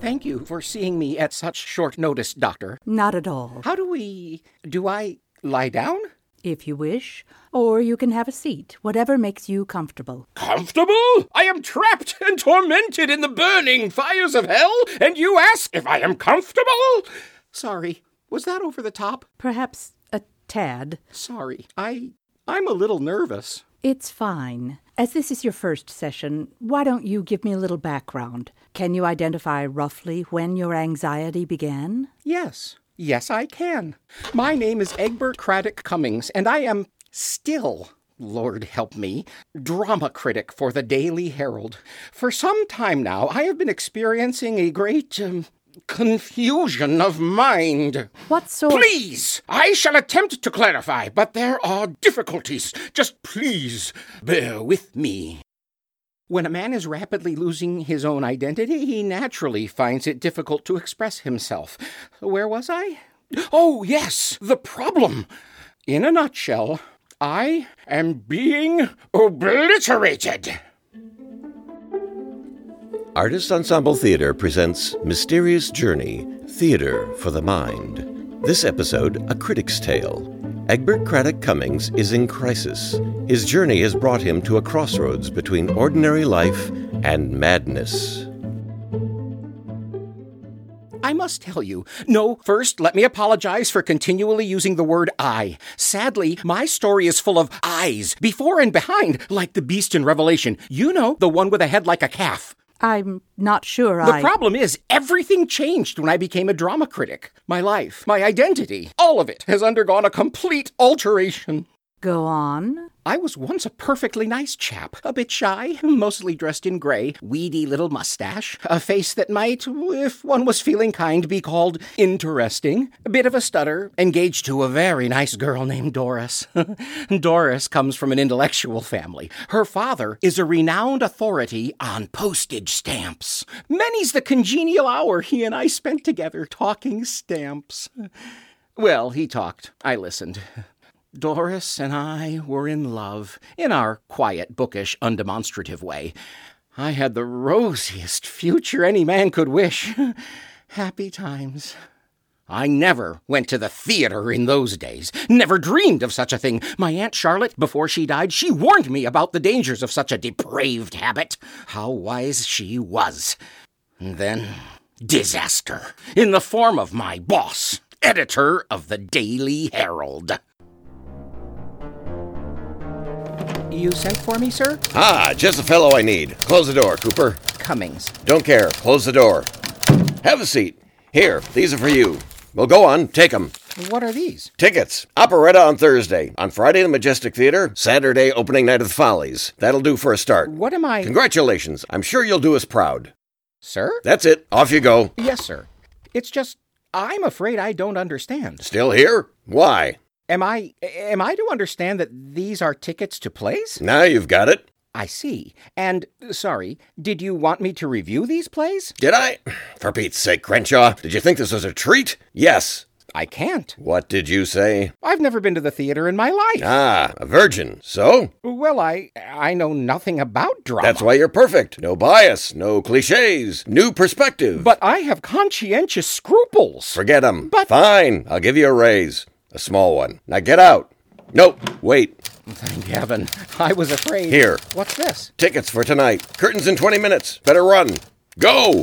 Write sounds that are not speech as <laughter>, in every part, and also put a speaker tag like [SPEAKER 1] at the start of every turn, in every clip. [SPEAKER 1] Thank you for seeing me at such short notice, Doctor.
[SPEAKER 2] Not at all,
[SPEAKER 1] How do we. Do I lie down?
[SPEAKER 2] if you wish, or you can have a seat, whatever makes you comfortable.
[SPEAKER 1] Comfortable? I am trapped and tormented in the burning fires of hell, and you ask if I am comfortable? Sorry. Was that over the top?
[SPEAKER 2] Perhaps a tad.
[SPEAKER 1] Sorry. I. I'm a little nervous.
[SPEAKER 2] It's fine. As this is your first session, why don't you give me a little background? Can you identify roughly when your anxiety began?
[SPEAKER 1] Yes. Yes, I can. My name is Egbert Craddock Cummings, and I am still, Lord help me, drama critic for the Daily Herald. For some time now, I have been experiencing a great um, confusion of mind.
[SPEAKER 2] What sort?
[SPEAKER 1] Please, I shall attempt to clarify, but there are difficulties. Just please bear with me. When a man is rapidly losing his own identity, he naturally finds it difficult to express himself. Where was I? Oh, yes, the problem. In a nutshell, I am being obliterated.
[SPEAKER 3] Artist Ensemble Theater presents Mysterious Journey Theater for the Mind. This episode, A Critic's Tale. Egbert Craddock Cummings is in crisis. His journey has brought him to a crossroads between ordinary life and madness.
[SPEAKER 1] I must tell you. No, first, let me apologize for continually using the word I. Sadly, my story is full of eyes, before and behind, like the beast in Revelation. You know, the one with a head like a calf.
[SPEAKER 2] I'm not sure
[SPEAKER 1] The
[SPEAKER 2] I.
[SPEAKER 1] problem is, everything changed when I became a drama critic. My life, my identity, all of it has undergone a complete alteration.
[SPEAKER 2] Go on.
[SPEAKER 1] I was once a perfectly nice chap, a bit shy, mostly dressed in gray, weedy little mustache, a face that might, if one was feeling kind, be called interesting, a bit of a stutter, engaged to a very nice girl named Doris. <laughs> Doris comes from an intellectual family. Her father is a renowned authority on postage stamps. Many's the congenial hour he and I spent together talking stamps. Well, he talked. I listened. Doris and I were in love, in our quiet, bookish, undemonstrative way. I had the rosiest future any man could wish. <laughs> Happy times. I never went to the theater in those days. Never dreamed of such a thing. My Aunt Charlotte, before she died, she warned me about the dangers of such a depraved habit. How wise she was. And then, disaster in the form of my boss, editor of the Daily Herald. You sent for me, sir?
[SPEAKER 3] Ah, just the fellow I need. Close the door, Cooper.
[SPEAKER 1] Cummings.
[SPEAKER 3] Don't care. Close the door. Have a seat. Here, these are for you. Well, go on, take 'em.
[SPEAKER 1] What are these?
[SPEAKER 3] Tickets. Operetta on Thursday. On Friday, the Majestic Theater. Saturday, opening night of the Follies. That'll do for a start.
[SPEAKER 1] What am I.
[SPEAKER 3] Congratulations. I'm sure you'll do us proud.
[SPEAKER 1] sir?
[SPEAKER 3] That's it. Off you go.
[SPEAKER 1] Yes, sir. It's just. I'm afraid I don't understand.
[SPEAKER 3] Still here? Why?
[SPEAKER 1] Am I. Am I to understand that these are tickets to plays?
[SPEAKER 3] Now you've got it.
[SPEAKER 1] I see. And, sorry, did you want me to review these plays?
[SPEAKER 3] Did I? <sighs> For Pete's sake, Crenshaw, did you think this was a treat? Yes.
[SPEAKER 1] I can't.
[SPEAKER 3] What did you say?
[SPEAKER 1] I've never been to the theater in my life.
[SPEAKER 3] Ah, a virgin. So?
[SPEAKER 1] Well, I. I know nothing about drama.
[SPEAKER 3] That's why you're perfect. No bias, no cliches, new perspective.
[SPEAKER 1] But I have conscientious scruples.
[SPEAKER 3] Forget 'em.
[SPEAKER 1] But-
[SPEAKER 3] Fine, I'll give you a raise. A small one. Now get out. Nope, wait.
[SPEAKER 1] Thank heaven. I was afraid.
[SPEAKER 3] Here.
[SPEAKER 1] What's this?
[SPEAKER 3] Tickets for tonight. Curtains in 20 minutes. Better run. Go!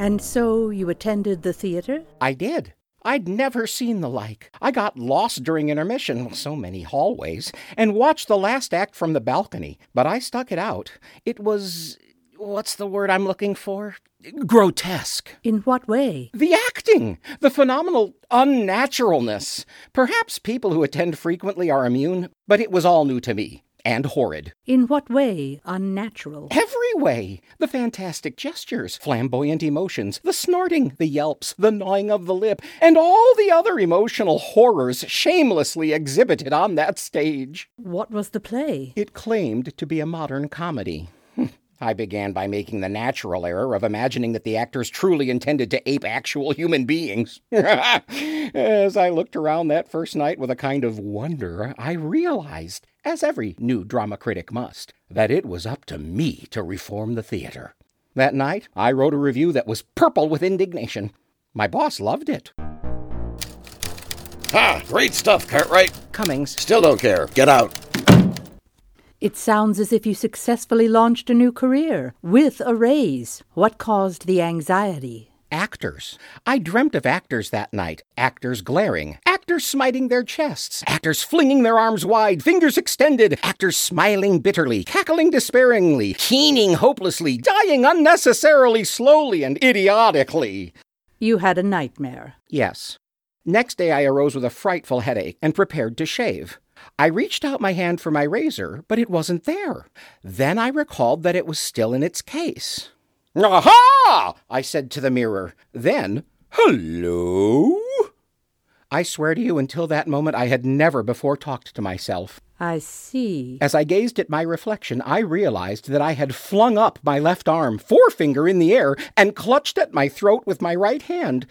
[SPEAKER 2] And so you attended the theater?
[SPEAKER 1] I did. I'd never seen the like. I got lost during intermission, <laughs> so many hallways, and watched the last act from the balcony, but I stuck it out. It was. what's the word I'm looking for? Grotesque.
[SPEAKER 2] In what way?
[SPEAKER 1] The acting, the phenomenal unnaturalness. Perhaps people who attend frequently are immune, but it was all new to me, and horrid.
[SPEAKER 2] In what way unnatural?
[SPEAKER 1] Every way. The fantastic gestures, flamboyant emotions, the snorting, the yelps, the gnawing of the lip, and all the other emotional horrors shamelessly exhibited on that stage.
[SPEAKER 2] What was the play?
[SPEAKER 1] It claimed to be a modern comedy. <laughs> I began by making the natural error of imagining that the actors truly intended to ape actual human beings. <laughs> As I looked around that first night with a kind of wonder, I realized as every new drama critic must, that it was up to me to reform the theater. That night, I wrote a review that was purple with indignation. My boss loved it.
[SPEAKER 3] Ha! Great stuff, Cartwright.
[SPEAKER 1] Cummings,
[SPEAKER 3] Still don't care. Get out.
[SPEAKER 2] It sounds as if you successfully launched a new career with a raise. What caused the anxiety?
[SPEAKER 1] actors. I dreamt of actors that night. Actors glaring, actors smiting their chests, actors flinging their arms wide, fingers extended, actors smiling bitterly, cackling despairingly, keening hopelessly, dying unnecessarily slowly and idiotically.
[SPEAKER 2] You had a nightmare.
[SPEAKER 1] Yes. Next day I arose with a frightful headache and prepared to shave. I reached out my hand for my razor, but it wasn't there. Then I recalled that it was still in its case. Aha! I said to the mirror. Then, hello? I swear to you, until that moment, I had never before talked to myself.
[SPEAKER 2] I see.
[SPEAKER 1] As I gazed at my reflection, I realized that I had flung up my left arm, forefinger in the air, and clutched at my throat with my right hand.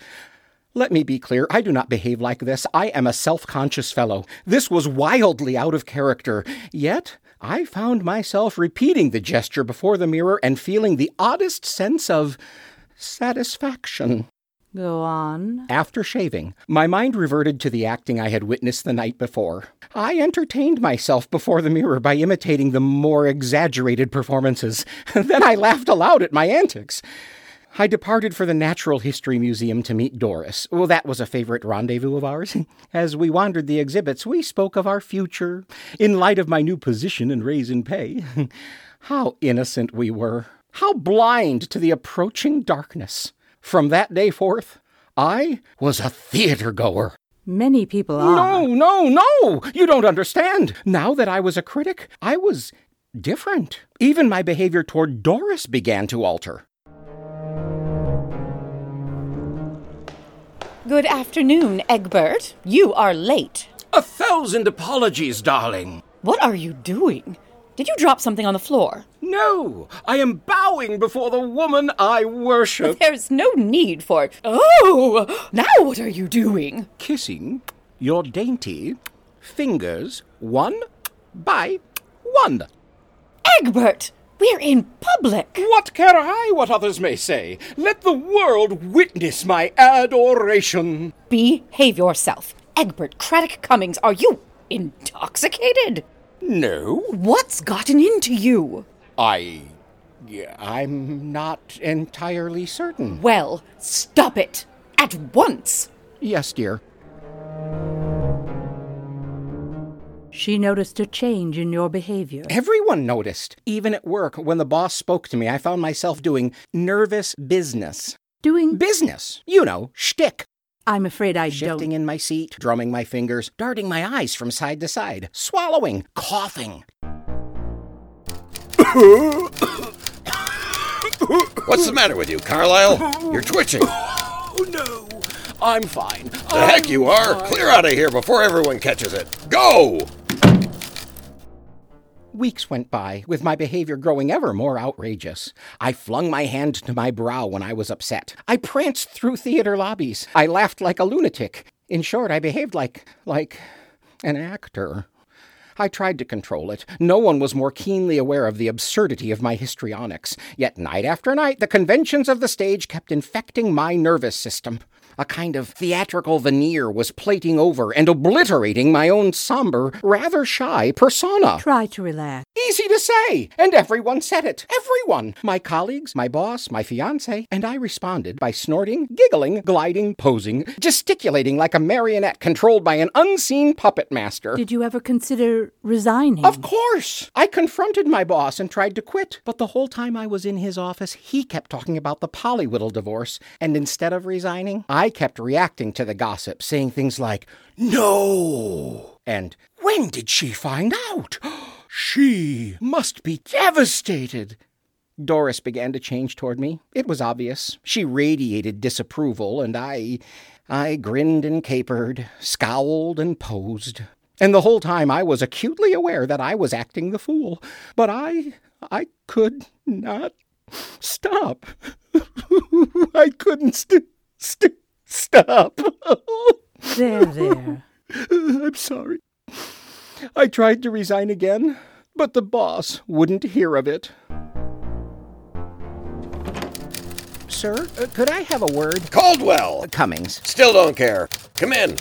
[SPEAKER 1] Let me be clear, I do not behave like this. I am a self conscious fellow. This was wildly out of character. Yet, I found myself repeating the gesture before the mirror and feeling the oddest sense of satisfaction.
[SPEAKER 2] Go on.
[SPEAKER 1] After shaving, my mind reverted to the acting I had witnessed the night before. I entertained myself before the mirror by imitating the more exaggerated performances. <laughs> then I laughed aloud at my antics. I departed for the Natural History Museum to meet Doris. Well, that was a favorite rendezvous of ours. <laughs> As we wandered the exhibits, we spoke of our future, in light of my new position and raise in pay. <laughs> How innocent we were! How blind to the approaching darkness! From that day forth, I was a theater goer.
[SPEAKER 2] Many people
[SPEAKER 1] No,
[SPEAKER 2] are.
[SPEAKER 1] no, no! You don't understand! Now that I was a critic, I was different. Even my behavior toward Doris began to alter.
[SPEAKER 4] Good afternoon, Egbert. You are late.
[SPEAKER 5] A thousand apologies, darling.
[SPEAKER 4] What are you doing? Did you drop something on the floor?
[SPEAKER 5] No, I am bowing before the woman I worship.
[SPEAKER 4] There's no need for it. Oh! Now what are you doing?
[SPEAKER 5] <laughs> Kissing your dainty fingers one by one.
[SPEAKER 4] Egbert! We're in public!
[SPEAKER 5] What care I what others may say? Let the world witness my adoration.
[SPEAKER 4] Behave yourself. Egbert Craddock Cummings, are you intoxicated?
[SPEAKER 5] No,
[SPEAKER 4] What's gotten into you?
[SPEAKER 5] I.
[SPEAKER 1] I'm not entirely certain.
[SPEAKER 4] Well, stop it! At once!
[SPEAKER 1] Yes, dear.
[SPEAKER 2] She noticed a change in your behavior.
[SPEAKER 1] Everyone noticed. Even at work, when the boss spoke to me, I found myself doing nervous business.
[SPEAKER 2] Doing.
[SPEAKER 1] Business! You know, shtick.
[SPEAKER 2] I'm afraid I
[SPEAKER 1] Shifting
[SPEAKER 2] don't.
[SPEAKER 1] in my seat, drumming my fingers, darting my eyes from side to side, swallowing, coughing.
[SPEAKER 3] What's the matter with you, Carlyle? You're twitching. The
[SPEAKER 5] <laughs> Oh no, I'm fine.
[SPEAKER 3] heck you are! Clear out of here before everyone catches it. Go!
[SPEAKER 1] Weeks went by, with my behavior growing ever more outrageous. I flung my hand to my brow when I was upset. I pranced through theater lobbies. I laughed like a lunatic. In short, I behaved like, like an actor. I tried to control it. No one was more keenly aware of the absurdity of my histrionics. Yet night after night, the conventions of the stage kept infecting my nervous system. A kind of theatrical veneer was plating over and obliterating my own somber, rather shy persona.
[SPEAKER 2] Try to relax.
[SPEAKER 1] Easy to say, and everyone said it. Everyone. My colleagues, my boss, my fiance, and I responded by snorting, giggling, gliding, posing, gesticulating like a marionette controlled by an unseen puppet master.
[SPEAKER 2] Did you ever consider resigning?
[SPEAKER 1] of course! I confronted my boss and tried to quit, but the whole time I was in his office, he kept talking about the Pollywiddle divorce, and instead of resigning, I kept reacting to the gossip, saying things like, No! And, When did she find out? <gasps> She must be devastated. Doris began to change toward me. It was obvious. She radiated disapproval, and I. I grinned and capered, scowled and posed. And the whole time I was acutely aware that I was acting the fool. But I. I could not stop. <laughs> I couldn't st- st- stop. <laughs>
[SPEAKER 2] There, there.
[SPEAKER 1] I'm Uh, sorry. I tried to resign again, but the boss wouldn't hear of it. Sir, uh, could I have a word?
[SPEAKER 3] Caldwell!
[SPEAKER 1] Cummings.
[SPEAKER 3] Still don't care. Come in.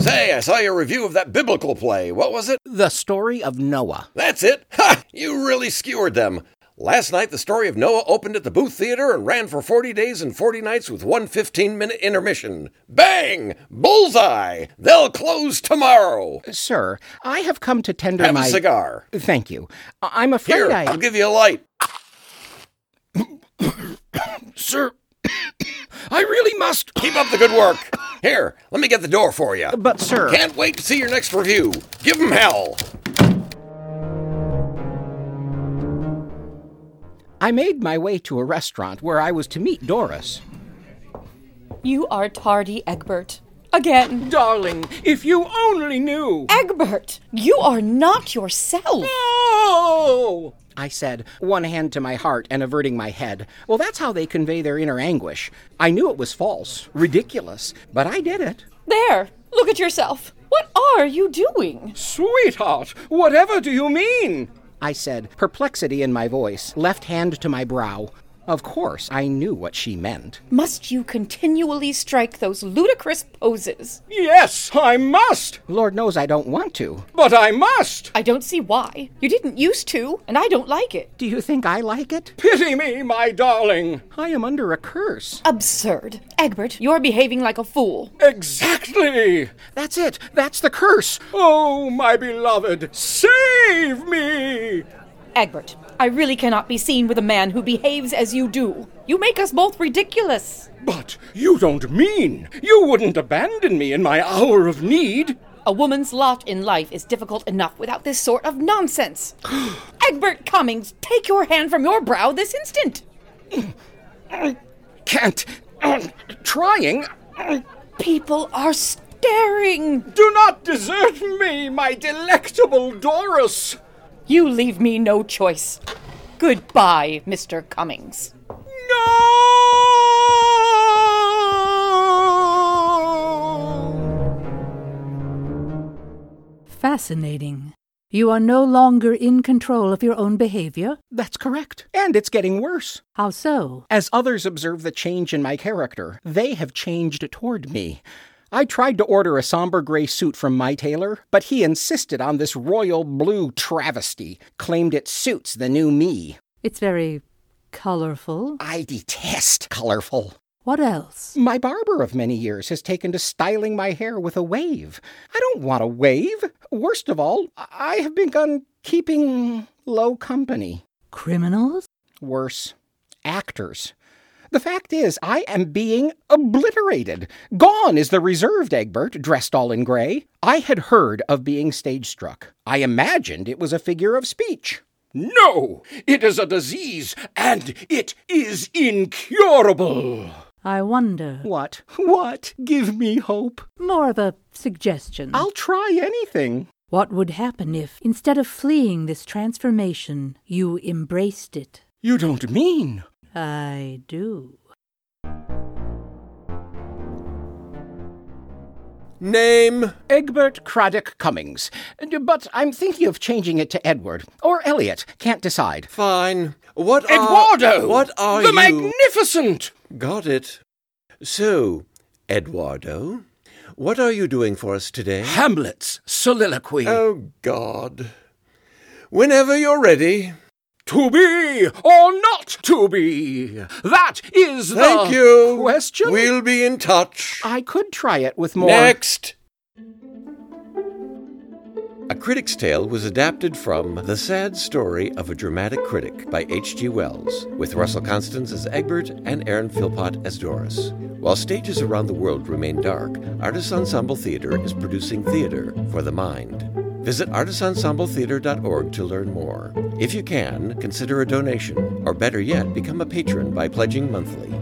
[SPEAKER 3] Say, I saw your review of that biblical play. What was it?
[SPEAKER 1] The story of Noah.
[SPEAKER 3] That's it. Ha! You really skewered them. Last night, the story of Noah opened at the Booth Theater and ran for 40 days and 40 nights with one 15 minute intermission. Bang! Bullseye! They'll close tomorrow.
[SPEAKER 1] Sir, I have come to tender
[SPEAKER 3] Have
[SPEAKER 1] my.
[SPEAKER 3] a cigar.
[SPEAKER 1] Thank you. I- I'm afraid
[SPEAKER 3] Here,
[SPEAKER 1] I.
[SPEAKER 3] I'll give you a light. <coughs>
[SPEAKER 1] Sir, I really must.
[SPEAKER 3] Keep up the good work. Here, let me get the door for you.
[SPEAKER 1] But, sir.
[SPEAKER 3] Can't wait to see your next review. Give 'em hell.
[SPEAKER 1] I made my way to a restaurant where I was to meet Doris.
[SPEAKER 4] You are tardy, Egbert. Again.
[SPEAKER 1] Darling, if you only knew.
[SPEAKER 4] Egbert, you are not yourself.
[SPEAKER 1] Oh! I said, one hand to my heart and averting my head. Well, that's how they convey their inner anguish. I knew it was false, ridiculous, but I did it.
[SPEAKER 4] There, look at yourself. What are you doing?
[SPEAKER 5] Sweetheart, whatever do you mean?
[SPEAKER 1] I said, perplexity in my voice, left hand to my brow. Of course, I knew what she meant.
[SPEAKER 4] Must you continually strike those ludicrous poses?
[SPEAKER 5] Yes, I must,
[SPEAKER 1] Lord knows I don't want to.
[SPEAKER 5] but I must.
[SPEAKER 4] I don't see why. You didn't used to, and I don't like it.
[SPEAKER 1] Do you think I like it?
[SPEAKER 5] Pity me, my darling.
[SPEAKER 1] I am under a curse.
[SPEAKER 4] Absurd. Egbert, you're behaving like a fool.
[SPEAKER 5] Exactly.
[SPEAKER 1] That's it. That's the curse.
[SPEAKER 5] Oh, my beloved, save me.
[SPEAKER 4] Egbert, I really cannot be seen with a man who behaves as you do. You make us both ridiculous.
[SPEAKER 5] But you don't mean you wouldn't abandon me in my hour of need.
[SPEAKER 4] A woman's lot in life is difficult enough without this sort of nonsense. Egbert Cummings, take your hand from your brow this instant.
[SPEAKER 1] Can't.
[SPEAKER 5] um,
[SPEAKER 1] Trying.
[SPEAKER 4] People are staring.
[SPEAKER 5] Do not desert me, my delectable Doris.
[SPEAKER 4] You leave me no choice. Goodbye, Mr. Cummings.
[SPEAKER 5] No!
[SPEAKER 2] Fascinating. You are no longer in control of your own behavior?
[SPEAKER 1] That's correct. And it's getting worse.
[SPEAKER 2] How so?
[SPEAKER 1] As others observe the change in my character, they have changed toward me. I tried to order a somber gray suit from my tailor, but he insisted on this royal blue travesty, claimed it suits the new me.
[SPEAKER 2] It's very colorful.
[SPEAKER 1] I detest colorful.
[SPEAKER 2] What else?
[SPEAKER 1] My barber of many years has taken to styling my hair with a wave. I don't want a wave. Worst of all, I have begun keeping low company.
[SPEAKER 2] Criminals?
[SPEAKER 1] Worse, actors. The fact is, I am being obliterated. Gone is the reserved Egbert, dressed all in gray. I had heard of being stage struck. I imagined it was a figure of speech.
[SPEAKER 5] No! It is a disease, and it is incurable.
[SPEAKER 2] I wonder.
[SPEAKER 1] What? What? Give me hope.
[SPEAKER 2] More of a suggestion.
[SPEAKER 1] I'll try anything.
[SPEAKER 2] What would happen if, instead of fleeing this transformation, you embraced it?
[SPEAKER 1] You don't mean.
[SPEAKER 2] I do.
[SPEAKER 3] Name.
[SPEAKER 1] Egbert Craddock Cummings. But I'm thinking of changing it to Edward or Elliot. Can't decide.
[SPEAKER 3] Fine. What are.
[SPEAKER 5] Eduardo!
[SPEAKER 3] Uh, What are
[SPEAKER 5] the
[SPEAKER 3] you.
[SPEAKER 5] Magnificent!
[SPEAKER 3] Got it. So, Eduardo, what are you doing for us today?
[SPEAKER 5] Hamlet's soliloquy.
[SPEAKER 3] Eh? Oh, God. Whenever you're ready.
[SPEAKER 5] to be or not to be. That is
[SPEAKER 3] Thank
[SPEAKER 5] the
[SPEAKER 3] you.
[SPEAKER 1] question?
[SPEAKER 3] We'll be in touch.
[SPEAKER 1] I could try it with more.
[SPEAKER 3] Next. A Critic's Tale was adapted from The Sad Story of a Dramatic Critic by H.G. Wells, with Russell Constance as Egbert and Aaron Philpott as Doris. While stages around the world remain dark, Artist Ensemble Theater is producing theater for the mind. Visit artisensembletheater.org to learn more. If you can, consider a donation, or better yet, become a patron by pledging monthly.